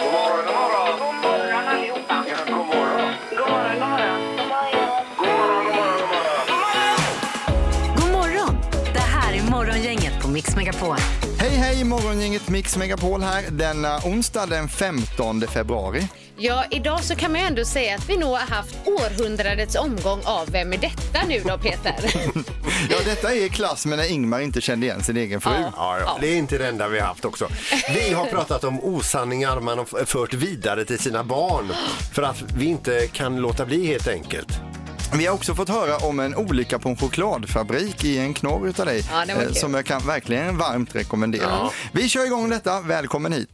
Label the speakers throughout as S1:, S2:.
S1: God morgon, god morgon.
S2: God morgon allihopa.
S1: Ja, god morgon.
S2: God morgon, god morgon. God morgon.
S1: God morgon, god morgon, god morgon.
S3: God morgon! Det här är Morgongänget på Mix Megapol.
S4: Hej, hej, morgongänget Mix Megapol här denna onsdag den 15 februari.
S5: Ja, idag så kan man ju ändå säga att vi nog har haft århundradets omgång av Vem är detta nu då Peter?
S4: Ja, detta är i klass med när Ingmar inte kände igen sin egen fru.
S5: Ah.
S6: Ja, ja. Det är inte det enda vi har haft också. Vi har pratat om osanningar man har f- fört vidare till sina barn för att vi inte kan låta bli helt enkelt.
S4: Vi har också fått höra om en olycka på en chokladfabrik i en knorr utav dig.
S5: Ja, det var
S4: eh,
S5: kul.
S4: som jag kan verkligen varmt rekommendera. Vi kör igång detta. Välkommen hit.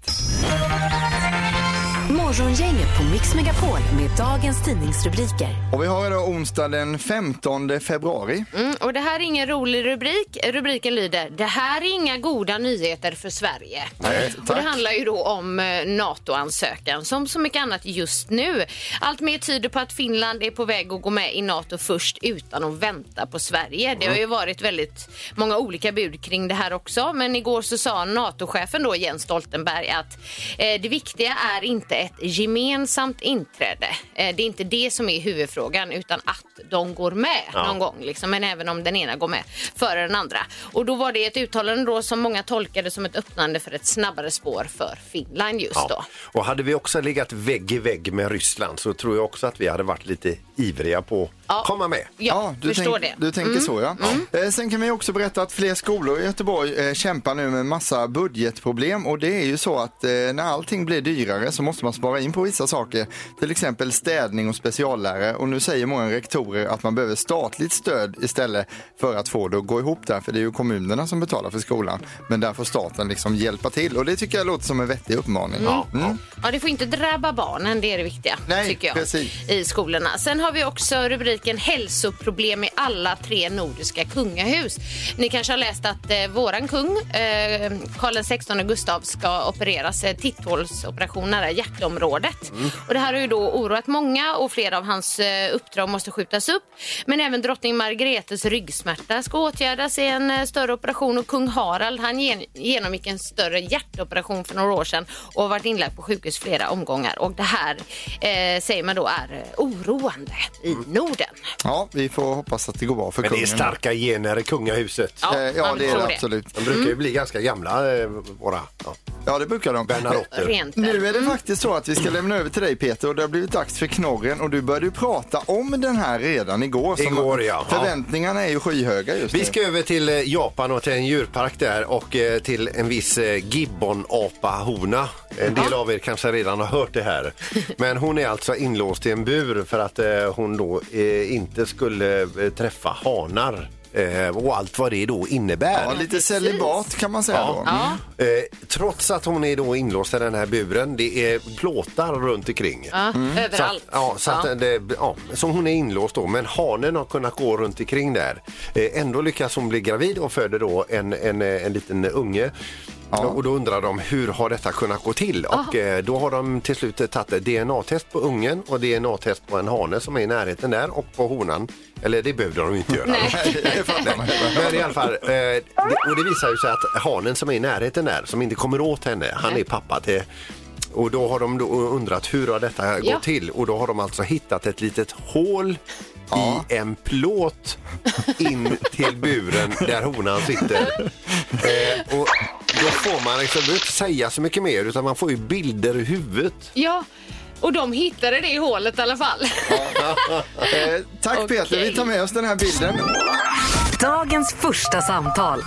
S3: Morgongänget på Mix Megapol med dagens tidningsrubriker.
S4: Och vi har idag onsdag den 15 februari.
S5: Mm, och det här är ingen rolig rubrik. Rubriken lyder Det här är inga goda nyheter för Sverige.
S4: Nej,
S5: och
S4: tack.
S5: det handlar ju då om eh, NATO-ansökan som så mycket annat just nu. Allt mer tyder på att Finland är på väg att gå med i NATO först utan att vänta på Sverige.
S4: Mm.
S5: Det har ju varit väldigt många olika bud kring det här också men igår så sa NATO-chefen då Jens Stoltenberg att eh, det viktiga är inte ett gemensamt inträde. Eh, det är inte det som är huvudfrågan utan att de går med någon gång, liksom, men även om den ena går med före den andra. Och då var det ett uttalande då som många tolkade som ett öppnande för ett snabbare spår för Finland just då.
S6: Ja. Och hade vi också legat vägg i vägg med Ryssland så tror jag också att vi hade varit lite ivriga på att
S5: Ja.
S6: komma med.
S5: Ja,
S4: du
S5: förstår
S4: tänk-
S5: det. Mm.
S4: Du tänker så ja. Eh, sen kan vi också berätta att fler skolor i Göteborg eh, kämpar nu med massa budgetproblem och det är ju så att eh, när allting blir dyrare så måste man spara in på vissa saker. Till exempel städning och speciallärare och nu säger många rektorer att man behöver statligt stöd istället för att få det att gå ihop där för det är ju kommunerna som betalar för skolan. Men där får staten liksom hjälpa till och det tycker jag låter som en vettig uppmaning. Mm.
S5: Ja, det får inte drabba barnen, det är det viktiga.
S4: Nej,
S5: tycker jag,
S4: precis.
S5: I skolorna. Sen har vi också rubriken hälsoproblem i alla tre nordiska kungahus. Ni kanske har läst att eh, våran kung, eh, Karl XVI Gustav, ska opereras eh, titthålsoperation nära hjärtområdet.
S4: Mm.
S5: Och det här har ju då oroat många och flera av hans eh, uppdrag måste skjutas upp. Men även drottning Margretes ryggsmärta ska åtgärdas i en eh, större operation och kung Harald han gen- genomgick en större hjärtoperation för några år sedan och har varit inlagd på sjukhus flera omgångar. Och det här eh, säger man då är eh, oroande i
S6: Mm.
S5: Norden.
S4: Ja, vi får hoppas att det går bra för
S6: Men det
S4: kungen.
S6: är starka gener i kungahuset.
S5: Ja, Mm.
S4: Eh, ja,
S5: man
S4: det är
S5: tror
S4: det
S5: det.
S4: absolut.
S6: De brukar ju bli ganska gamla, eh, våra ja,
S4: Ja, det brukar de.
S6: Bernadotter.
S5: Rent där.
S6: Mm.
S4: Nu är det faktiskt så att vi ska lämna över till dig Peter och det har blivit dags för knorren och du började ju prata om den här redan igår.
S6: Igår, ja.
S4: Förväntningarna är ju skyhöga just
S6: Vi
S4: nu.
S6: ska över till eh, Japan och till en djurpark där och eh, till en viss eh, gibbonapa-hona. En del av er kanske redan har hört det här. Men hon är alltså inlåst i en bur för att eh, hon då eh, inte skulle eh, träffa hanar eh, och allt vad det då innebär.
S4: Ja, lite Mm. celibat kan man säga då.
S5: Ja.
S6: Eh, trots att hon är då inlåst i den här buren, det är plåtar runt omkring.
S5: Ja,
S6: Mm. Så att,
S5: Överallt.
S6: ja, så att
S5: Ja.
S6: Det, ja, så hon är inlåst då, men hanen har kunnat gå runt omkring där. Eh, Ändå lyckas hon bli gravid och föder då en, en, eh, en liten unge. Och då undrar de hur har detta kunnat gå till? Och eh, då har de till slut tagit ett DNA-test på ungen och DNA-test på en hane som är i närheten där och på honan. Eller det behövde de ju inte göra.
S4: Det fattar man.
S6: Men i alla fall, eh, det, och det visar ju sig att hanen som är i närheten där, som inte kommer åt henne, han är pappa till och då har de då undrat hur har detta
S5: Ja.
S6: gått till och då har de alltså hittat ett litet hål i en plåt in till buren där honan sitter. Eh, och då får man liksom inte säga så mycket mer utan man får ju bilder i huvudet.
S5: ja, och de hittade det i hålet i alla fall.
S4: Eh, tack
S5: Okej.
S4: Peter, vi tar med oss den här bilden.
S3: Dagens första samtal.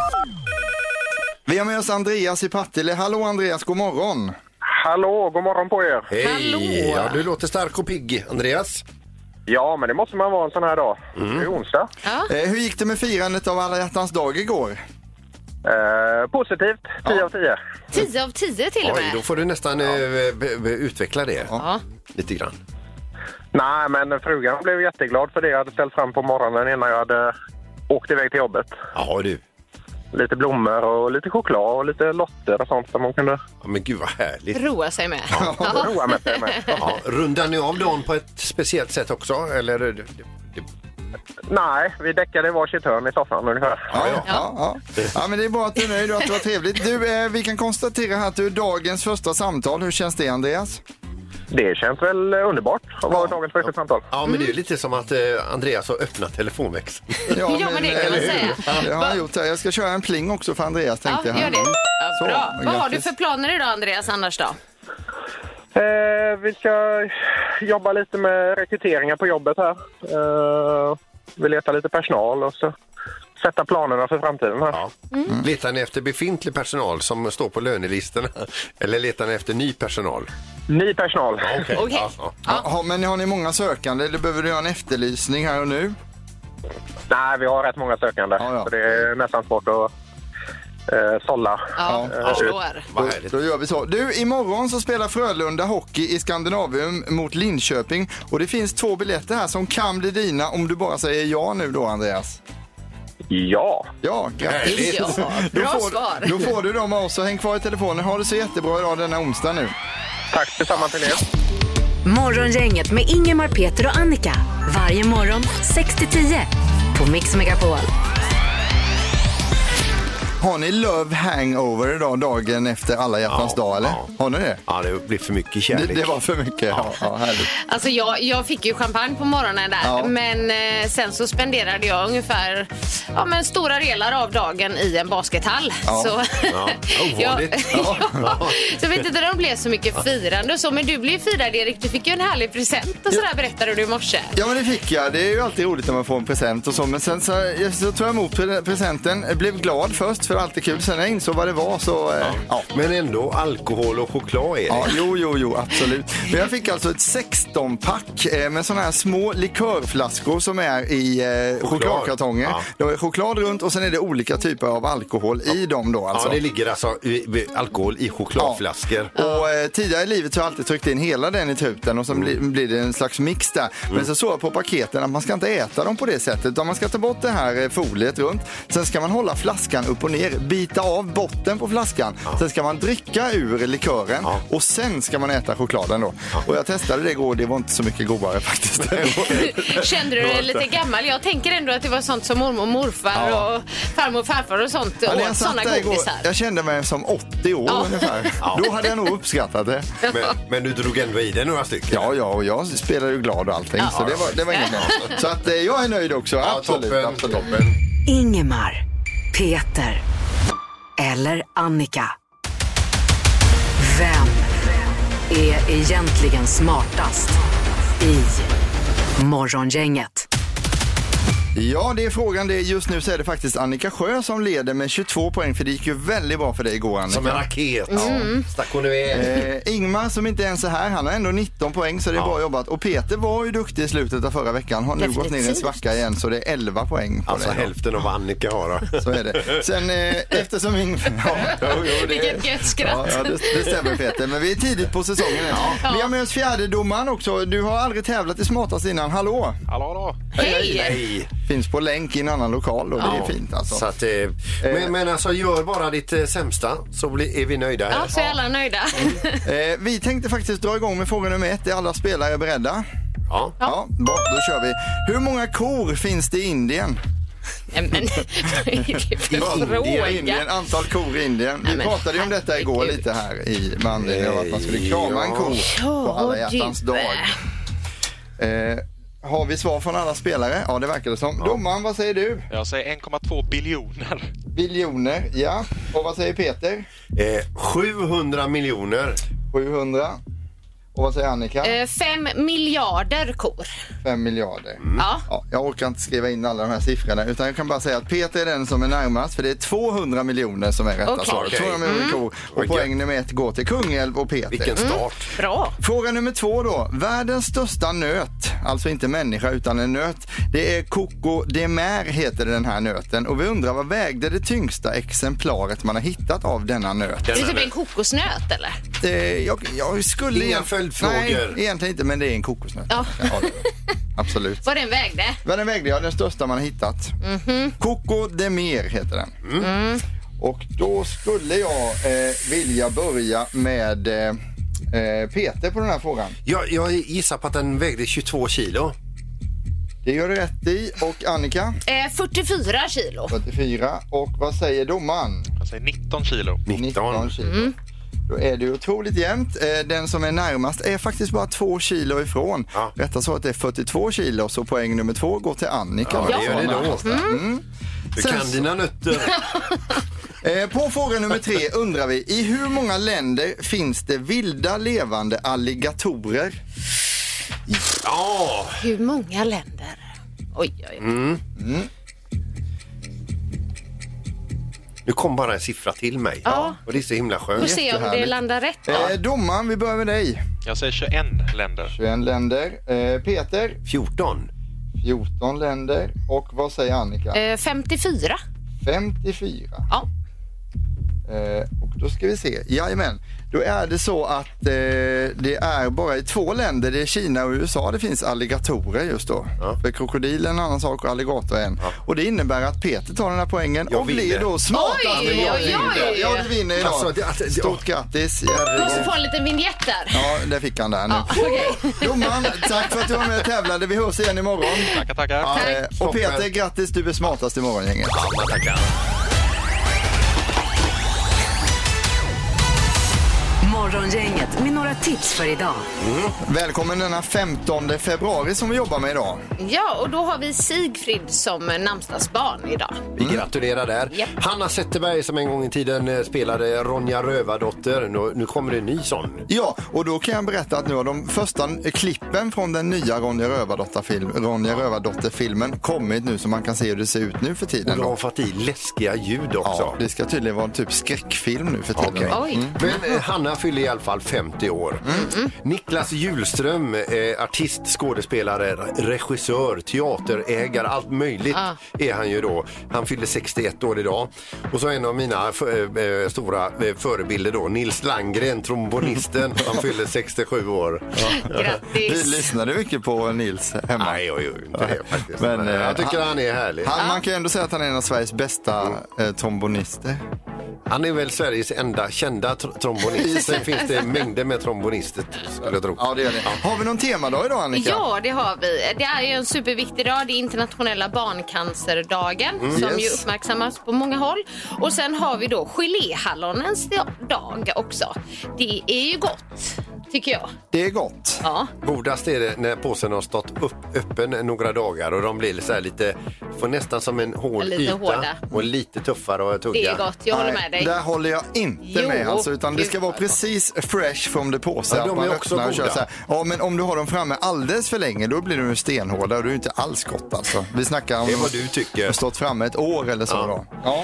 S4: Vi har med oss Andreas i Partille. Hallå Andreas, god morgon.
S1: Hallå, god morgon på er.
S6: Hej!
S5: Hallå.
S6: Ja, du låter stark och pigg, Andreas.
S1: Ja, men det måste man vara en sån här dag. Det är onsdag.
S5: Ja.
S4: Eh, hur gick det med firandet av alla hjärtans dag igår?
S1: Eh, positivt, 10 av 10.
S5: 10 av 10 till och
S6: Oj, då
S5: med.
S6: får du nästan eh, be- be- utveckla det
S5: Ja.
S6: lite grann.
S1: Nej, men frugan blev jätteglad för det jag hade ställt fram på morgonen innan jag hade åkt iväg till jobbet.
S6: Ja du,
S1: Lite blommor och lite choklad och lite lotter och sånt som hon kunde
S6: ja, men gud vad härligt.
S5: Roa sig med. Ja.
S1: roa med sig med.
S6: Ja, rundar ni av dagen på ett speciellt sätt också? Eller? det- det-
S1: Nej, vi däckade i varsitt hörn i soffan ungefär.
S4: Ja, ja, ja. ja. ja, men det är bra att du är nöjd och att det var trevligt. Du, eh, vi kan konstatera här att du är dagens första samtal. Hur känns det, Andreas?
S1: Det känns väl underbart att vara dagens första samtal.
S6: Ja, men det är ju lite som att eh, Andreas har öppnat telefonväxeln.
S5: Ja, men det kan man
S4: eller hur?
S5: säga.
S4: Det har han gjort. här. Jag ska köra en pling också för Andreas,
S5: Ja,
S4: tänkte jag. Mm.
S5: gör det. Ja,
S4: Så,
S5: bra. Vad har du
S4: grattis.
S5: för planer idag, Andreas, annars då?
S1: Eh, vi ska jobba lite med rekryteringar på jobbet här. Eh, vi letar lite personal och så sätta planerna för framtiden här.
S6: Ja. Letar ni efter befintlig personal som står på lönelistorna eller letar ni efter ny personal?
S1: Ny personal.
S6: Okej.
S5: Okej.
S6: Ja, ja.
S4: Ja. Ja, men har ni många sökande eller behöver du göra en efterlysning här och nu?
S1: Nej, vi har rätt många sökande.
S4: Ja, ja.
S1: Så det är nästan svårt att eh, sålla.
S5: Ja,
S4: Ja.
S5: förstår.
S6: Vad härligt.
S4: Då gör vi så. Du, imorgon så spelar Frölunda hockey i Skandinavium mot Linköping. Och det finns två biljetter här som kan bli dina om du bara säger ja nu då, Andreas.
S1: Ja,
S4: Ja,
S6: Härligt.
S4: grattis.
S5: Ja,
S4: Då
S5: bra
S4: får,
S5: svar.
S4: Då får du dem av oss, så häng kvar i telefonen. Ha det så jättebra idag denna onsdag nu.
S1: tack detsamma till er.
S3: Morgongänget med Ingemar, Peter och Annika. Varje morgon 6 till 10 på Mix Megapol.
S4: Har ni Love Hangover idag, dagen efter alla hjärtans
S6: Ja,
S4: dag eller?
S6: ja.
S4: Har ni det?
S6: Ja, det blir för mycket
S4: Det,
S6: kärlek.
S4: det var för mycket. Ja, ja, härligt.
S5: Alltså jag, jag fick ju champagne på morgonen där,
S4: Ja.
S5: men eh, sen så spenderade jag ungefär ja, men stora delar av dagen i en baskethall.
S4: Ja.
S5: Så,
S6: Ja, ovanligt.
S5: ja,
S6: Ja.
S5: så jag vet inte om det blev så mycket firande och så, men du blev ju firad Erik. Du fick ju en härlig present och sådär berättade du i morse.
S4: Ja men det fick jag. Det är ju alltid roligt när man får en present och så. Men sen så, så tog jag emot pre- presenten, Jag blev glad först för det är alltid kul. Sen när jag insåg vad det var så... eh, Ja.
S6: Men ändå alkohol och choklad är det.
S4: Ja, jo, jo, jo, absolut. Men jag fick alltså ett 16-pack eh, med sådana här små likörflaskor som är i eh, chokladkartonger.
S6: Ja.
S4: Det är choklad runt och sen är det olika typer av alkohol i dem då alltså.
S6: Ja, det ligger alltså i, i- alkohol i chokladflaskor.
S4: Och eh, tidigare i livet så har jag alltid tryckt in hela den i tuten och sen bli,
S5: Mm.
S4: blir det en slags mix där. Men så såg jag på paketen att man ska inte äta dem på det sättet utan man ska ta bort det här eh, foliet runt. Sen ska man hålla flaskan upp och ner, bita av botten på flaskan. Sen ska man dricka ur likören
S6: Ja.
S4: och sen ska man äta chokladen då. Och jag testade det igår och det var inte så mycket godare faktiskt.
S5: Kände du dig lite gammal? Jag tänker ändå att det var sånt som mormor och morfar
S4: Ja.
S5: och farmor och farfar och sånt
S4: Ja, när jag
S5: åt.
S4: satt
S5: Såna
S4: där igår,
S5: godisar.
S4: jag kände mig som 80 år
S5: Ja.
S4: ungefär. Då hade jag nog uppskattat det.
S6: Men, men du drog ändå i dig några stycken.
S4: Ja, ja, och jag spelar ju glad och allting.
S5: Ja.
S4: Så det var, det var inget bra. Så att, eh, jag är nöjd också.
S6: Ja,
S4: absolut.
S6: toppen,
S4: absolut.
S6: toppen.
S3: Ingemar, Peter eller Annika. Vem är egentligen smartast i Morgongänget?
S4: Ja, det är frågan. Det är, just nu så är det faktiskt Annika Sjö som leder med 22 poäng. För det gick ju väldigt bra för dig igår, Annika.
S6: Som en raket. Stack hon iväg.
S4: Eh, Ingmar som inte ens är här, han har ändå 19 poäng så det är bra jobbat. Och Peter var ju duktig i slutet av förra veckan. Har nu gått ner i en
S5: Definitivt.
S4: svacka igen så det är 11 poäng på
S6: Alltså
S4: dig.
S6: hälften av vad Annika har. då.
S4: Så är det. Sen eh, eftersom Ingmar... Ja, jo, jo,
S5: Vilket gött
S4: Ja,
S5: skratt.
S4: ja, det, det stämmer Peter, men vi är tidigt på säsongen än. Vi har med oss fjärdedomaren också. Du har aldrig tävlat i smartast innan. Hallå!
S6: Hallå då.
S5: Hej!
S6: Nej.
S4: Finns på länk i en annan lokal och det
S6: Ja.
S4: är fint alltså.
S6: Så att, eh, men, men alltså gör bara ditt eh, sämsta så blir, är vi nöjda. här.
S5: Ja, så är alla nöjda.
S4: Eh, vi tänkte faktiskt dra igång med fråga nummer ett. Är alla spelare beredda?
S6: Ja.
S4: Ja, bra, då kör vi. Hur många kor finns det i Indien?
S5: Nej, men vilken
S4: Indien, Indien,
S5: fråga.
S4: antal kor i Indien. Vi
S5: Nej, men
S4: pratade ju om detta igår
S5: herregud.
S4: lite här i med anledning av att man skulle krama en ko på
S5: Ja,
S4: alla hjärtans
S5: du.
S4: dag. Eh, har vi svar från alla spelare? Ja, det verkar det som. Domaren, vad säger du?
S7: Jag säger 1,2 biljoner.
S4: Biljoner, ja. Och vad säger Peter?
S6: Eh, 700 miljoner.
S4: 700. Och vad säger Annika?
S5: Eh, Fem miljarder kor.
S4: 5 miljarder.
S5: Ja.
S4: Ja, jag orkar inte skriva in alla de här siffrorna utan jag kan bara säga att Peter är den som är närmast för det är 200 miljoner som är rätta
S5: Okej. Mm.
S4: svaret.
S6: Okej.
S4: 200 miljoner kor. Och
S6: Oj,
S4: poäng nummer ett går till Kungälv och Peter.
S6: Vilken start.
S5: Bra.
S4: Fråga nummer två då. Världens största nöt, alltså inte människa utan en nöt. Det är Coco de Mer heter den här nöten och vi undrar vad vägde det tyngsta exemplaret man har hittat av denna nöt?
S5: Det är
S6: Den
S5: typ en
S6: här-
S5: kokosnöt eller?
S4: Eh, jag, jag skulle...
S6: Inga
S4: egent-
S6: följdfrågor.
S4: Nej, egentligen inte men det är en kokosnöt.
S5: Ja.
S4: det- Absolut.
S5: Vad den vägde?
S4: Vad den vägde jag, den största man har hittat. Coco de Mer heter den.
S6: Mm.
S4: Och då skulle jag eh, vilja börja med eh, eh, Peter på den här frågan.
S6: Jag, jag gissar på att den vägde 22 kilo.
S4: Det gör du rätt i. Och Annika,
S5: Eh, 44 kilo.
S4: 44. Och vad säger domaren?
S7: Jag säger 19 kilo.
S6: 19.
S4: kilo. Då är det ju otroligt jämnt. Eh, Den som är närmast är faktiskt bara två kilo ifrån.
S6: Ja.
S4: Rätta svaret är 42 kilo, så poäng nummer två går till Annika.
S6: Ja, det gör det då.
S5: Mm.
S6: Mm. Du
S4: Sen
S6: kan
S4: så-
S6: dina nötter.
S4: Eh, På fråga nummer tre undrar vi, i hur många länder finns det vilda levande alligatorer?
S6: Ja,
S5: Hur många länder? Oj, oj, oj.
S4: Mm,
S6: nu kom bara en siffra till mig.
S5: Ja.
S6: Och det är så himla
S5: Får
S6: skönt.
S5: se om det
S4: jättehärligt.
S5: landar rätt. då.
S4: Eh, Domaren, vi börjar med dig.
S7: Jag säger 21 länder.
S4: 21 länder. Eh, Peter,
S6: 14.
S4: 14 länder. Och vad säger Annika?
S5: Eh, 54.
S4: 54.
S5: Ja.
S4: Eh, och då ska vi se. Jajamän. Då är det så att eh, det är bara i två länder, det är Kina och USA, det finns alligatorer just då.
S6: Ja.
S4: För krokodil är en annan sak och alligator är en.
S6: Ja.
S4: Och det innebär att Peter tar den här poängen
S6: Jag
S4: och
S6: vinner.
S4: blir då smartast
S5: Oj,
S4: i vårt
S5: oj,
S4: gäng.
S5: oj.
S4: Ja, du vinner idag.
S6: Alltså, det- att- ja.
S4: Stort grattis.
S5: Måste få en liten vignett där.
S4: Ja, det fick han där nu.
S5: Ja, okej.
S4: Domaren, tack för att du var med och tävlade. Vi hörs igen imorgon.
S7: Tackar, tackar.
S4: Eh, och Peter, grattis. Du är smartast i morgongänget.
S6: Man tackar.
S3: Morgongänget med några tips för idag.
S4: Välkommen denna 15 februari som vi jobbar med idag.
S5: Ja, och då har vi Sigfrid som eh, namnsdagsbarn idag.
S6: Vi gratulerar där.
S5: Mm. Japp.
S6: Hanna Zetterberg som en gång i tiden eh, spelade Ronja Rövardotter. Nu, nu kommer det en ny sån.
S4: Ja, och då kan jag berätta att nu har de första klippen från den nya Ronja Rövardotter-film, Ronja Rövardotter-filmen kommit nu så man kan se hur det ser ut nu för
S6: Och
S4: tiden.
S6: då har
S4: Då.
S6: hon fått i läskiga ljud
S4: Ja,
S6: också.
S4: det ska tydligen vara en typ skräckfilm nu för tiden.
S6: Okej.
S5: Oj. Mm,
S6: Men eh, Hanna fyller i alla fall 50 år. Niklas Julström, eh, artist, skådespelare, regissör, teaterägare, allt möjligt
S5: Ah.
S6: är han ju då. Han fyller 61 år idag. Och så en av mina f- eh, stora eh, förebilder då, Nils Landgren, trombonisten. Han fyller 67 år.
S4: Vi
S5: Grattis!
S4: lyssnade mycket på Nils hemma.
S6: Nej, jag gör ju inte det faktiskt.
S4: Men,
S6: Men,
S4: eh,
S6: jag tycker
S4: han-
S6: han, är härlig. Han,
S4: Han, man kan ju ändå säga att han är en av Sveriges bästa eh, trombonister.
S6: är väl Sveriges enda kända tr- trombonist. Sen finns det mängder med trombonister, skulle jag tro.
S4: Ja, det är det. Har vi någon temadag idag Annika?
S5: Ja, det har vi. Det är ju en superviktig dag. Det är internationella barncancerdagen som ju
S4: Yes.
S5: uppmärksammas på många håll. Och sen har vi då geléhallonens dag också. Det är ju gott, tycker jag.
S4: Det är gott.
S5: Ja.
S6: Godast är det när påsen har stått upp, öppen några dagar och de blir så här lite, får nästan som en hård
S5: Lite
S6: yta
S5: hårda.
S6: och lite tuffare att tugga.
S5: Det är gott, jag håller
S4: Nej,
S5: med dig.
S4: Där håller jag inte
S5: Jo,
S4: med. Alltså, utan det
S5: gud,
S4: ska vara
S5: vad gott.
S4: precis fresh from the påse.
S6: Ja,
S4: att
S6: de
S4: man
S6: är också
S4: öppnar och kör
S6: goda.
S4: så här. Ja, men om du har dem framme alldeles för länge då blir de ju stenhårda och det är ju inte alls gott alltså. Vi snackar om
S6: Det är vad du tycker.
S4: har stått framme ett år eller så.
S6: Ja.
S4: Då. Ja.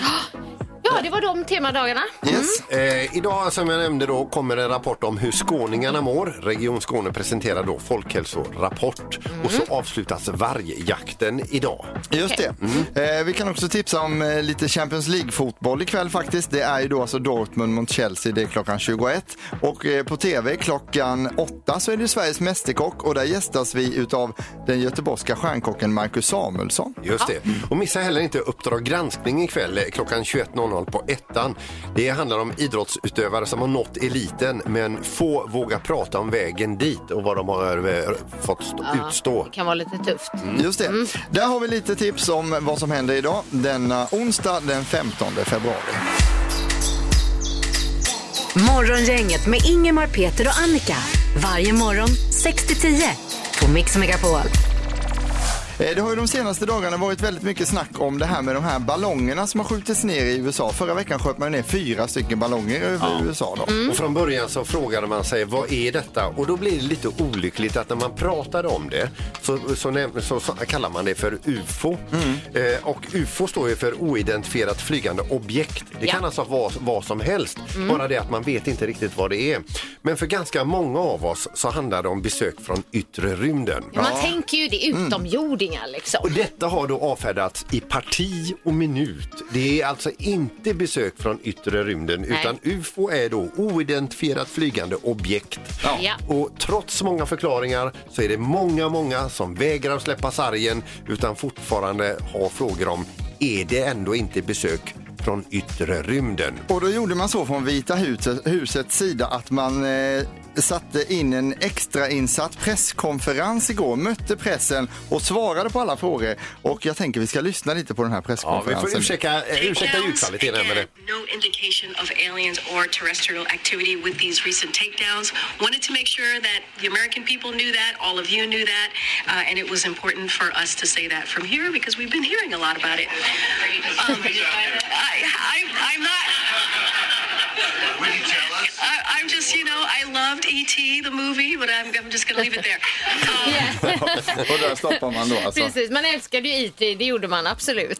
S5: Ja, det var de temadagarna.
S4: Yes.
S6: Eh, idag som jag nämnde då kommer en rapport om hur skåningarna mår. Region Skåne presenterar då folkhälsorapport och
S5: Mm.
S6: så avslutas vargjakten idag.
S4: Just det.
S5: Mm.
S4: Eh, vi kan också tipsa om eh, lite Champions League-fotboll ikväll faktiskt. Det är ju då alltså Dortmund mot Chelsea, det är klockan 21. Och eh, på tv klockan 8 så är det Sveriges Mästerkock och där gästas vi utav den göteborgska stjärnkocken Marcus Samuelsson.
S6: Mm. Just det. Och missa heller inte Uppdrag granskning ikväll eh, klockan 21.00 på ettan. Det handlar om idrottsutövare som har nått eliten men få vågar prata om vägen dit och vad de har eh, fått stå, utstå.
S5: Det kan vara lite tufft.
S4: Mm. Just det. Där har vi lite tips om vad som händer idag denna onsdag den 15 februari.
S3: Morgongänget med Ingemar, Peter och Annika. Varje morgon 6 till 10 på Mix Megapol.
S4: Eh, Det har ju de senaste dagarna varit väldigt mycket snack om det här med de här ballongerna som har skjutits ner i USA. Förra veckan sköt man ju ner fyra stycken ballonger över USA då.
S5: Mm.
S6: Och från början så frågade man sig vad är detta? Och då blir det lite olyckligt att när man pratade om det så, så, näm- så, så kallar man det för UFO.
S5: Mm.
S6: Eh, och UFO står ju för oidentifierat flygande objekt. Det
S5: Ja. Mm.
S6: kan alltså vara vad som helst, bara det att man vet inte riktigt vad det är. Men för ganska många av oss så handlar det om besök från yttre rymden.
S5: Ja, Man tänker ju det, utomjordingar liksom.
S6: Och detta har då avfärdats i parti och minut. Det är alltså inte besök från yttre rymden utan UFO är då oidentifierat flygande objekt.
S5: Ja.
S6: Och trots många förklaringar så är det många, många som vägrar att släppa sargen utan fortfarande har frågor om är det ändå inte besök från yttre rymden.
S4: Och då gjorde man så från Vita huset, husets sida att man eh, satte in en extrainsatt presskonferens igår, mötte pressen och svarade på alla frågor. Och jag tänker vi ska lyssna lite på den här
S6: Ja, vi
S4: presskonferensen.
S6: får ursäkta, eh, ursäkta ljudkvaliteten här med det.
S8: Again, No indication of aliens or terrestrial activity with these recent takedowns. Wanted to make sure that the American people knew that, all of you knew that, uh, and it was important for us to say that from here because we've been hearing a lot about it. Um, I, I, I'm not. Would you tell us? I, I'm just, you know, I loved E.T. the movie, but I'm, I'm just going to leave it there. Um,
S4: Och där stoppar man då alltså.
S5: Precis, man älskade ju IT, det gjorde man absolut.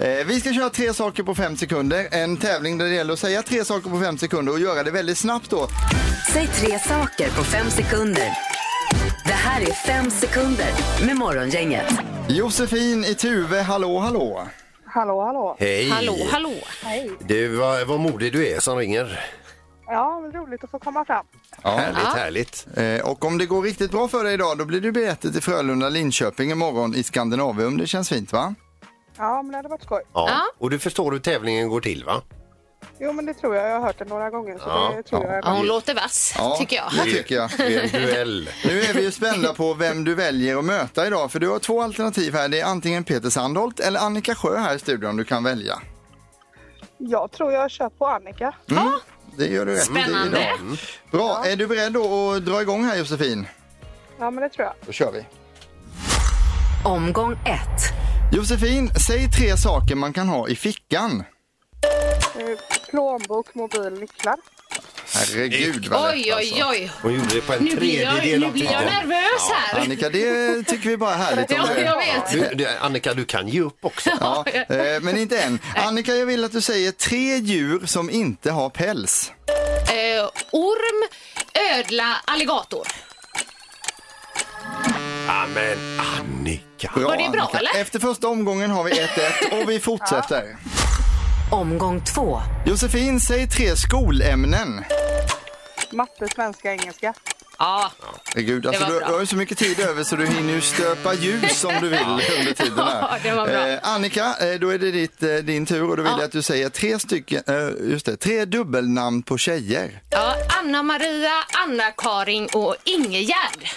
S4: Eh, vi ska köra tre saker på fem sekunder. En tävling där det gäller att säga tre saker på fem sekunder och göra det väldigt snabbt då.
S3: Säg tre saker på fem sekunder. Det här är fem sekunder med Morgongänget.
S4: Josefin i Tuve, hallå hallå.
S9: Hallå, hallå.
S6: Hej!
S5: Hallå, hallå.
S6: Du, vad, vad modig du är som ringer.
S9: Ja, men roligt att få komma fram.
S6: Härligt, härligt.
S4: Eh, och om det går riktigt bra för dig idag då blir du biljetter till Frölunda Linköping imorgon i Skandinavium. Det känns fint va?
S9: Ja, men det hade varit skoj.
S6: Ja.
S5: Ja.
S6: Och du förstår hur tävlingen går till, va?
S9: Jo, men det tror jag. Jag har hört det några gånger, så
S6: Ja,
S9: det tror jag.
S5: Ja, hon låter vass, tycker jag.
S4: det tycker jag.
S6: Det är en duell.
S4: Nu är vi ju spända på vem du väljer att möta idag för du har två alternativ här. Det är antingen Peter Sandholt eller Annika Sjö här i studion du kan välja.
S9: Jag tror jag kör på Annika.
S4: Det gör du rätt i
S5: Spännande.
S4: idag. Bra, är du beredd då att dra igång här Josefin?
S9: Ja, men det tror jag.
S4: Då kör vi.
S3: Omgång ett.
S4: Josefin, säg tre saker man kan ha i fickan.
S9: Eh, Plånbok, mobil, nycklar.
S4: Herregud vad
S5: Oj,
S4: lätt
S5: oj,
S4: alltså.
S5: oj.
S6: Hon gjorde det på en
S5: Nu blir jag,
S6: tredjedel
S5: nu
S6: av
S5: blir jag
S6: tiden.
S5: nervös här.
S4: Annika, det tycker vi bara är härligt. om
S5: Ja,
S4: det.
S5: jag vet.
S6: Du, du, Annika, du kan ge upp också.
S4: Ja, eh, men inte än. Annika, jag vill att du säger tre djur som inte har päls.
S5: Eh, orm, ödla, alligator.
S6: Ja, men Annika!
S5: Var det bra,
S4: Annika.
S5: eller?
S4: Efter första omgången har vi 1-1 och vi fortsätter.
S3: Omgång två.
S4: Josefin, säg tre skolämnen.
S9: Matte, svenska, engelska.
S5: Ja,
S4: Herregud, alltså,
S5: var
S4: du, du
S5: bra.
S4: har ju så mycket tid över så du hinner ju stöpa ljus om du vill under tiden här.
S5: Ja, det var bra.
S4: Eh, Annika, eh, då är det ditt, eh, din tur och då vill
S5: Ja.
S4: jag att du säger tre stycken, eh, just det, tre dubbelnamn på tjejer.
S5: ja Anna-Maria, Anna-Karin och Ingegärd.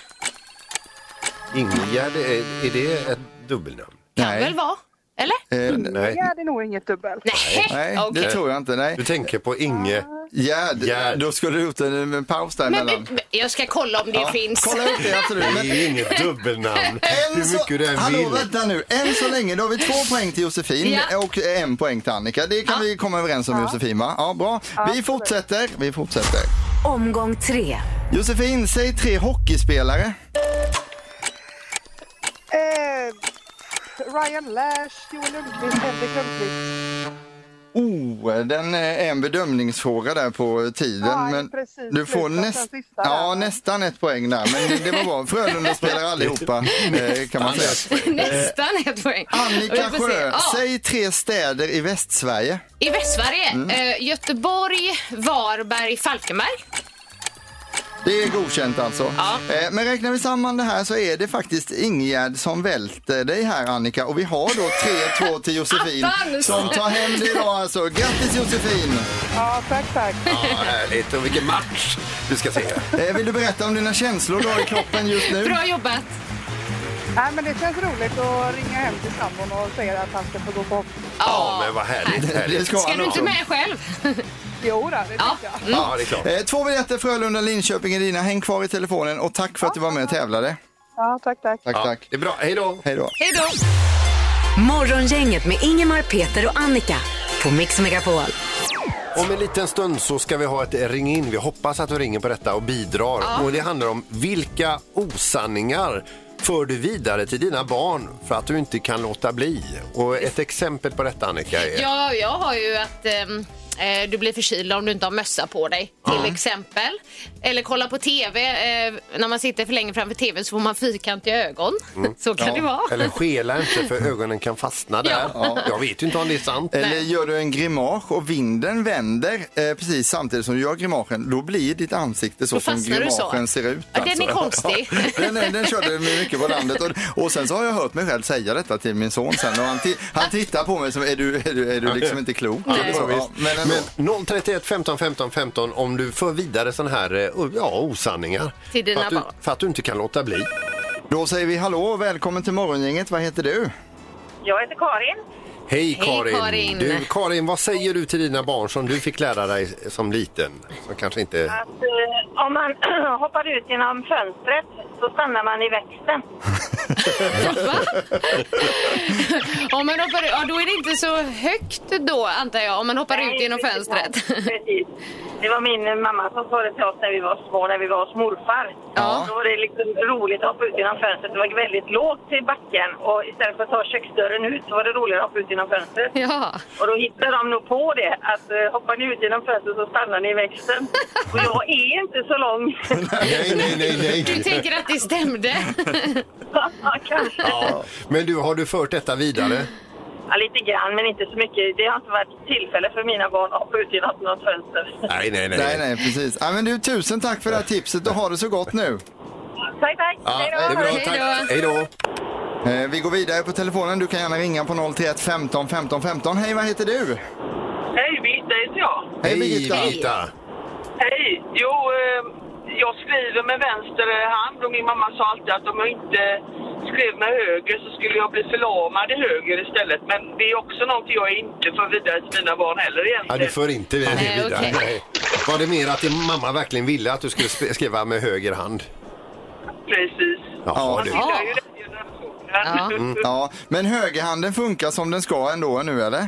S6: Ingegärd, är, är det ett dubbelnamn?
S5: Kan väl vara? Eller?
S4: Eh,
S6: Nej.
S9: Ja, det är nog inget dubbel.
S5: Nej,
S4: Nej,
S5: okej.
S4: det tror jag inte. Nej.
S6: Du tänker på Inge.
S4: Gärd,
S6: Gärd.
S4: då skulle du gjort en, en paus där
S5: Men,
S4: emellan.
S5: men, jag ska kolla om det finns.
S4: Kolla upp det, absolut.
S6: Det
S4: Men
S6: är inget dubbelnamn.
S4: än
S6: Hur
S4: så,
S6: mycket du än
S4: hallå,
S6: vill.
S4: vänta nu. Än så länge, då har vi två poäng till Josefin
S5: Ja.
S4: och en poäng till Annika. Det kan vi komma överens om Josefin va? Ja, bra. Vi fortsätter, vi fortsätter.
S3: Omgång tre.
S4: Josefin, säg tre hockeyspelare.
S9: Eh, Ryan Lash, Joel Lundqvist, Henrik Lundqvist.
S4: Oh, den är en bedömningsfråga där på tiden.
S9: Ja,
S4: men
S9: precis.
S4: du får
S9: Slutsatsen
S4: näst,
S9: sista där.
S4: ja, nästan ett poäng där, men det var bra. Frölunda spelar allihopa eh, kan man säga.
S5: Nästan ett poäng. Vi
S4: Eh, Annika
S5: får se.
S4: Sjö,
S5: Ja.
S4: säg Mm. tre städer i Västsverige.
S5: I Västsverige, eh, Göteborg, Varberg, Falkenberg.
S4: Det är godkänt alltså.
S5: Ja.
S4: Eh, Men räknar vi samman det här så är det faktiskt Ingegärd som välter dig här Annika. Och vi har då 3-2 till Josefin
S5: Attans!
S4: som tar hem det idag alltså. Grattis Josefin!
S9: Ja, tack, tack.
S6: Ja, härligt. Och vilken match du ska se.
S4: Eh, Vill du berätta om dina känslor då i kroppen just nu?
S5: Bra jobbat.
S9: Nej, men det känns roligt att ringa hem till sambon och säga att han ska få gå på hockey.
S6: Ja, men vad härligt.
S4: Det
S6: härligt.
S4: ska
S5: Ska
S4: han
S5: du inte
S4: ha.
S5: med själv? Mm.
S9: Jo, då, det tycker jag.
S6: Ja, det är klart.
S4: Eh, Två biljetter Frölunda, Linköping är dina. Häng kvar i telefonen och tack för att du var med och tävlade.
S9: Ja, tack, tack.
S4: Tack,
S6: Ja,
S4: tack.
S6: det är bra. Hej då!
S4: Hej då.
S5: Hej då.
S3: Morgongänget med Ingemar, Peter och Annika på Mix Megapol.
S6: Om en liten stund så ska vi ha ett ring in. Vi hoppas att du ringer på detta och bidrar. Och det handlar om vilka osanningar för du vidare till dina barn för att du inte kan låta bli. Och ett exempel på detta Annika är...
S5: Ja, jag har ju att ehm, Eh, du blir förkyld om du inte har mössa på dig, till exempel. Eller kolla på TV. Eh, när man sitter för länge framför TVn så får man fyrkantiga ögon. Så kan
S4: Ja,
S5: det vara.
S6: Eller skela inte för ögonen kan fastna där. Jag vet ju inte om det är sant.
S4: Eller gör du en grimas och vinden vänder eh, precis samtidigt som du gör grimasen, då blir ditt ansikte så
S5: Då
S4: som
S5: fastnar du så.
S4: grimasen ser ut. alltså.
S5: Ja, den är konstig.
S4: Ja, den, är- den körde vi mycket på landet. Och, och sen så har jag hört mig själv säga detta till min son sen och han, ti- han tittar på mig som, är du, är du, är du liksom inte klok? Eller så. Ja, men ändå.
S6: Men 031 15 15 15 om du för vidare sådana här eh, ja, osanningar.
S5: Till dina
S6: för, att du,
S5: barn.
S6: för att du inte kan låta bli.
S4: Då säger vi hallå och välkommen till morgongänget. Vad heter du?
S2: Jag heter Karin.
S6: Hej Karin.
S5: Karin.
S6: Du, Karin, vad säger du till dina barn som du fick lära dig som liten? Som kanske inte...
S2: Att, eh, om man hoppar ut genom fönstret så stannar man i växten.
S5: Va? Om man hoppar, ja, då är det inte så högt då, antar jag, om man hoppar ut
S2: Nej,
S5: genom
S2: precis.
S5: fönstret.
S2: Precis. Det var min eh, mamma som sa det till oss när vi var små, när vi var hos morfar.
S4: Ja.
S2: Då var det liksom roligt att hoppa ut genom fönstret. Det var väldigt lågt till backen och istället för att ta köksdörren ut så var det roligare att hoppa ut genom fönstret.
S5: Ja.
S2: Och då hittade de nog på det, att eh, hoppar ni ut genom fönstret så stannar ni i växten. Och jag är inte så lång.
S6: Nej, nej, nej,
S5: Du tänker att det stämde?
S2: Ja, Kanske.
S6: Ja. Men du, har du fört detta vidare?
S2: Ja, lite grann, men inte så mycket. Det har inte varit tillfälle för mina barn att hoppa ut genom något fönster.
S6: Nej, nej, nej.
S4: Nej, nej, precis. Ja, men du, tusen tack för det här tipset och ha det så gott nu.
S2: Tack, tack!
S6: Ja,
S2: Hej då!
S6: det är bra,
S5: Hej
S6: tack.
S5: då.
S6: Hej då.
S4: Eh, vi går vidare på telefonen. Du kan gärna ringa på 031 15 15 15. Hej, vad heter du?
S2: Hej, Birgitta heter jag.
S4: Hej, Birgitta.
S6: Birgitta.
S2: Hej! Jo, eh, jag skriver med vänster hand och min mamma sa alltid att om jag inte skrev med höger så skulle jag bli förlamad i höger istället. Men det är också någonting jag inte för vidare till mina barn heller
S6: Ja, du
S2: egentligen.
S6: för inte det
S5: Nej,
S6: vidare.
S5: okej.
S6: Nej. Var det mer att din mamma verkligen ville att du skulle sp- skriva med höger hand?
S2: Precis.
S6: Ja, Mm.
S4: Ja.
S6: du.
S2: Jag är ju den generationen.
S5: Ja.
S4: Ja, men högerhanden funkar som den ska ändå nu eller?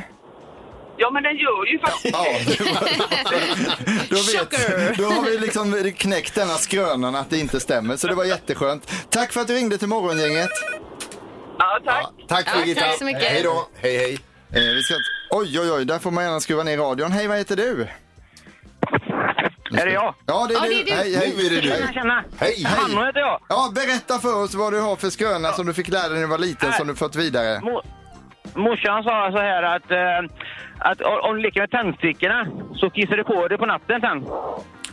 S2: Ja, men den gör ju faktiskt
S4: Ja, då,
S5: Shocker.
S4: vet, då har vi liksom knäckt denna skrönan att det inte stämmer, så det var jätteskönt. Tack för att du ringde till morgongänget.
S2: Ja, tack.
S6: Ja, tack
S5: Ja,
S6: Birgitta.
S5: tack så mycket.
S6: Hej då. Hej, hej.
S4: Eh, vi ska... Oj, oj, oj, där får man gärna skruva ner radion. Hej, vad heter du?
S1: Är det jag?
S4: Ja, det är,
S5: Ja,
S4: du.
S5: det är du.
S4: Hej, hej.
S6: Nu är det du.
S1: Tjena, tjena!
S6: Hej,
S1: Hanno
S6: hej.
S1: heter jag.
S4: Ja, berätta för oss vad du har för skröna som du fick lära dig när du var
S6: Äh.
S4: liten som du fått vidare.
S1: Mo- morsan sa så här att, eh, att o- om du leker med tändstickorna så kissar du på dig på natten sen.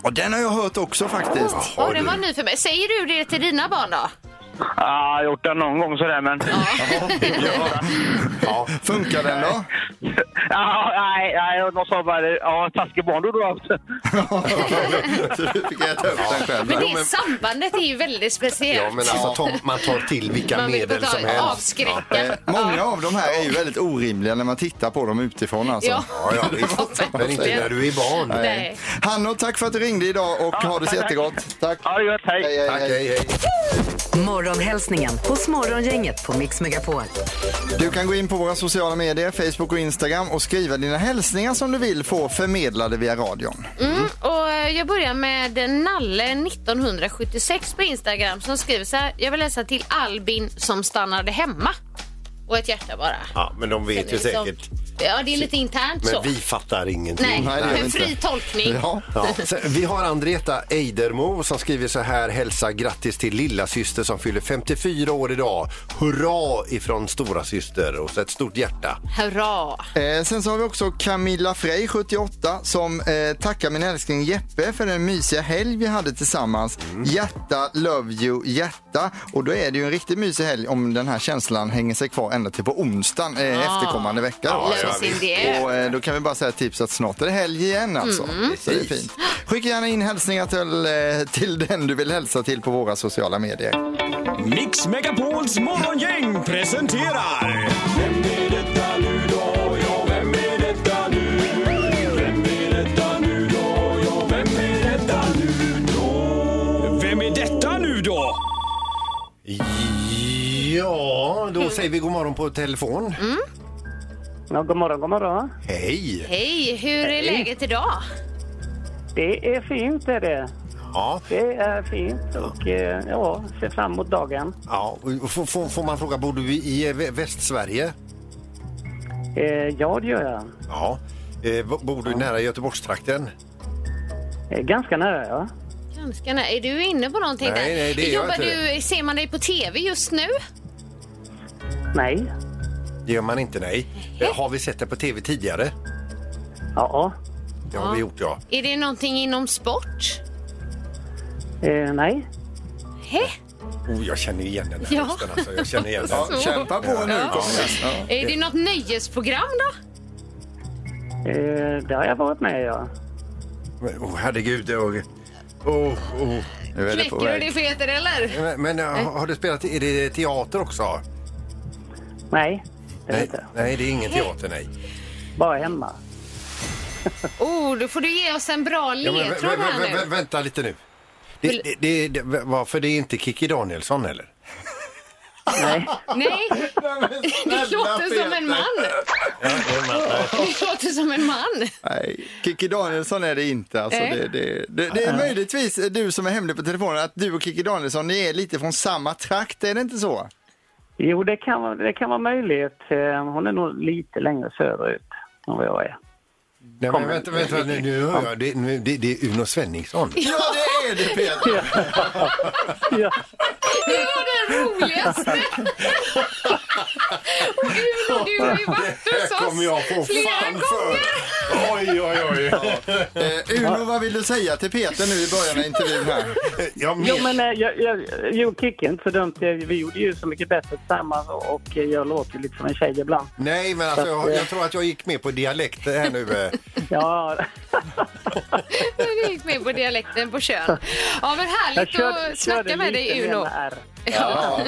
S4: Och den har jag hört också faktiskt.
S5: Ja, den var ny för mig. Säger du det till dina barn då?
S1: Ja, jag har gjort det någon gång sådär men...
S6: Ja.
S4: Funkar den då?
S1: Ja, nej, nej, de sa bara ja, taskig barn du har haft.
S4: så du fick äta upp den själv.
S5: Men
S4: Ja,
S5: det sambandet är ju väldigt speciellt.
S6: Ja, men alltså ta, man tar till vilka
S5: Man vill
S6: medel
S5: ta
S6: som helst.
S5: avskräcka.
S4: Eh, Många av de här är ju väldigt orimliga när man tittar på dem utifrån alltså.
S5: Ja.
S6: Ja, ja, visst. Men inte när du är barn.
S5: Nej.
S4: Hanno, tack för att du ringde idag och ha det så
S1: tack.
S4: jättegott. Tack.
S1: Ja, det är gött. Hej.
S4: Hej, hej,
S6: Tack,
S4: hej.
S6: hej, hej.
S3: Morgonhälsningen hos Morgongänget på Mix Megapol.
S4: Du kan gå in på våra sociala medier, Facebook och Instagram och skriva dina hälsningar som du vill få förmedlade via radion.
S5: Mm, och eh, jag börjar med Nalle1976 på Instagram som skriver så här. Jag vill läsa till Albin som stannade hemma. Och ett hjärta bara.
S6: Ja, men de vet ju
S5: Liksom-
S6: säkert.
S5: Ja, det är lite internt så.
S6: Men vi fattar ingenting.
S5: Nej,
S4: Nej, det gör vi
S5: men fri
S4: inte.
S5: tolkning.
S4: Ja.
S6: Ja. Sen, vi har Andreta Eidermo som skriver så här. Hälsa grattis till lilla syster som fyller 54 år idag. Hurra ifrån stora syster och så ett stort hjärta.
S5: Hurra!
S4: Eh, sen så har vi också Camilla Frey, 78, som eh, tackar min älskling Jeppe för den mysiga helg vi hade tillsammans. Hjärta, love you, hjärta. Och då är det ju en riktigt mysig helg om den här känslan hänger sig kvar ända till på onsdagen eh, efterkommande vecka. då.
S5: Ah. Ja, Lös in det.
S4: Och eh, då kan vi bara säga tips att snart är det helg igen alltså.
S5: Mm.
S4: Så det är fint. Skicka gärna in hälsningar till, eh, till den du vill hälsa till på våra sociala medier.
S5: Mm.
S10: Mix Megapols morgongäng presenterar... Vem är detta nu då? Ja, vem är detta nu? Vem är detta nu då? Ja, vem är detta nu då? Vem är detta nu då?
S6: Ja,
S5: Mm.
S6: då säger vi god morgon på telefon.
S9: Ja, god morgon, god morgon.
S6: Hej!
S5: Hej, hur är läget idag?
S9: Det är fint är det.
S6: Ja,
S9: Det är fint och eh, ja, ser fram emot dagen.
S6: ja. och Får, får, får man fråga, bor du i i Vä- Västsverige?
S9: Eh, Ja, det gör jag.
S6: Ja. Eh, bo- bor du nära Göteborgstrakten?
S11: Eh, Ganska nära, ja.
S5: Ganska nära. Är du inne på någonting
S6: Nej,
S5: där?
S6: nej, det är jag
S5: Jobbar
S6: inte
S5: du, Ser man dig på TV just nu?
S11: Nej.
S6: Det gör man inte, nej. Eh, har vi sett det på tv tidigare?
S11: Ja.
S6: Det har vi gjort, ja.
S5: Är det någonting inom sport?
S11: Eh, nej.
S5: Hä?
S6: Oh, jag känner igen den här
S5: Ja.
S6: rösten. Alltså. Jag känner igen
S5: Ja,
S6: den.
S5: kämpa på nu,
S6: Ja.
S5: kompis.
S6: Ja.
S5: Är det något nöjesprogram då?
S11: Eh, det har jag varit med ja.
S6: Men, oh, herregud. Oh, oh, oh.
S5: Knäcker du det feter eller?
S6: Men, men eh, har har du spelat, är det teater också?
S11: Nej.
S6: nej, nej, det är ingen teater, nej.
S11: Bara hemma.
S5: Oh, då får du ge oss en bra
S6: Ja, men, vä-
S5: ledtråd
S6: vä-
S5: här
S6: vä- vä-
S5: nu.
S6: vänta lite nu. Det, det, det, det, varför det är inte Kikki Danielsson eller?
S5: Nej, det låter som en man. Det låter som en man.
S4: Nej, Kikki Danielsson är det inte. Alltså,
S5: Nej.
S4: det, det, det, det är
S5: Nej.
S4: möjligtvis du som är hemlig på telefonen, att du och Kikki Danielsson, ni är lite från samma trakt, är det inte så?
S11: Jo, det kan, vara- det kan vara möjligt. Eh, Hon är nog lite längre söderut än vad jag är.
S6: Nej, men vänta, vänta, nu, nu hör jag. Det, nu, det, det är Uno Svenningsson.
S4: Ja, det är det Peter!
S5: Det var den roligaste! Och Uno, du har ju varit hos oss
S6: kommer jag få
S5: flera
S6: fan
S5: gånger.
S6: Oj, oj, oj.
S4: Eh, Uno, vad vill du säga till Peter nu i början av intervjun här?
S11: Jo, men eh, jag, jag, jo, Kicki är inte så dumt. Eh, Vi gjorde ju Så mycket bättre tillsammans och- och eh, jag låter ju lite som en tjej ibland.
S6: Nej, men alltså, jag, jag tror att jag gick med på dialekt här nu. eh.
S11: Ja,
S5: Du gick med på dialekten på kön. Ja, men
S11: jag
S5: härligt
S11: körde-
S5: att snacka
S11: körde
S5: med dig
S11: lite
S5: Uno.
S11: med R.
S4: Ja.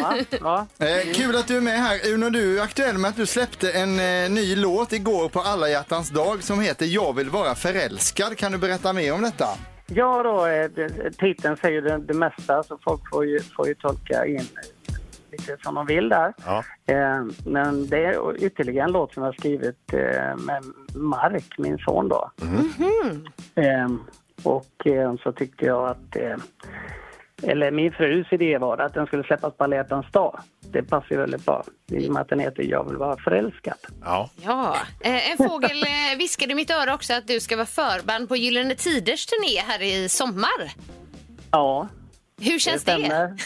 S11: Ja.
S4: Eh, kul att du är med här. Uno, du är aktuell med att du släppte en eh, ny låt igår på alla hjärtans dag som heter Jag vill vara förälskad. Kan du berätta mer om detta?
S11: Ja då, eh, det- titeln säger ju det, det mesta så folk får ju, får ju tolka in lite som de vill där.
S6: Ja.
S11: Eh, Men det är ytterligare en låt som jag har skrivit eh, med Mark, min son då. Eh, Och eh, så tyckte jag att, eh, eller min frus idé var att den skulle släppas på Alla hjärtans dag. Det passar ju väldigt bra i och med att den heter Jag vill vara förälskad.
S6: Ja.
S5: Ja, eh, en fågel eh, viskade i mitt öra också att du ska vara förband på Gyllene Tiders turné här i sommar.
S11: Ja.
S5: Hur känns det?
S11: stämmer.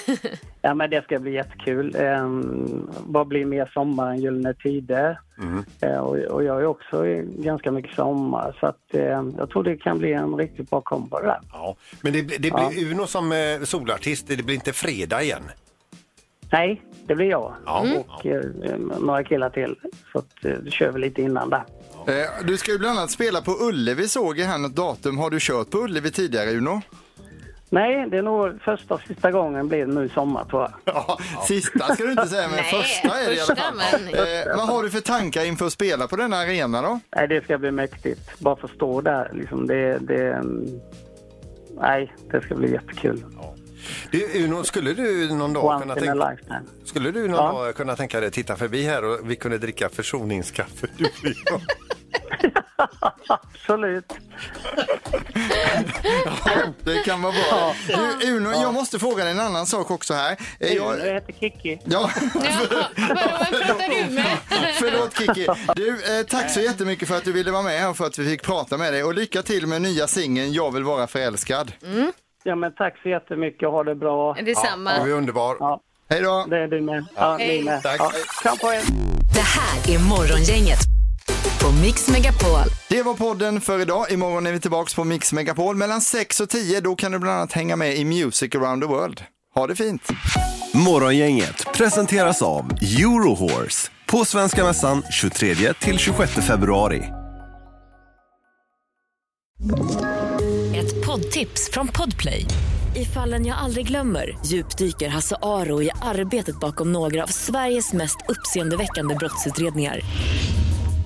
S11: Ja, men det ska bli jättekul. Um, vad blir mer sommar än Gyllene Tider? Eh, och, och jag är också i ganska mycket sommar så att, ehm, jag tror det kan bli en riktigt bra kombo det där.
S6: Ja. Men det, det blir
S11: Ja.
S6: Uno som eh, solartist, det blir inte fredag igen.
S11: Nej, det blir jag
S6: Ja. Mm.
S11: och eh, några killar till. Så att, eh, då kör vi lite innan där.
S4: Eh, du ska ju bland annat spela på Ullevi såg jag här något datum. Har du kört på Ullevi tidigare Uno?
S11: Nej, det är nog första och sista gången blir det nu i sommar tror jag.
S4: Ja, sista ska du inte säga men
S11: Nej,
S4: första är det i alla
S11: första,
S4: fall.
S11: men-
S4: Eh, vad har du för tankar inför att spela på denna arena då?
S11: Nej, det ska bli mäktigt. Bara få stå där liksom. Det, det, mm, nej, det ska bli jättekul.
S6: Du, Uno, skulle du någon dag
S11: Once
S6: kunna
S11: in a
S6: tänka...
S11: lifetime.
S6: Skulle du någon
S11: Ja.
S6: dag kunna tänka dig att titta förbi här och vi kunde dricka försoningskaffe? Du och jag?
S11: Absolut.
S4: Det kan vara bra. Du, Uno, jag måste fråga dig en annan sak också här. Eh,
S11: Jag...
S4: Jag...
S11: jag heter Kikki.
S4: Ja,
S5: Pratar du med?
S4: förlåt Kiki. Du, eh, tack så jättemycket för att du ville vara med här och för att vi fick prata med dig. Och lycka till med nya singeln Jag vill vara förälskad.
S11: Ja, men tack så jättemycket. Ha det bra.
S5: Detsamma. Ja,
S6: Du är underbar.
S4: Hej då.
S11: Det är du med. Ja,
S5: Hej.
S11: ni med.
S6: Tack.
S11: Ja, kram på er.
S3: Det här är Morgongänget på Mix Megapol.
S4: Det var podden för idag. Imorgon är vi tillbaka på Mix Megapol mellan 6 och 10. Då kan du bland annat hänga med i Music around the world. Ha det fint!
S12: Morgongänget presenteras av Eurohorse på Svenska Mässan 23-26 februari.
S13: Ett poddtips från Podplay. I fallen jag aldrig glömmer djupdyker Hasse Aro i arbetet bakom några av Sveriges mest uppseendeväckande brottsutredningar.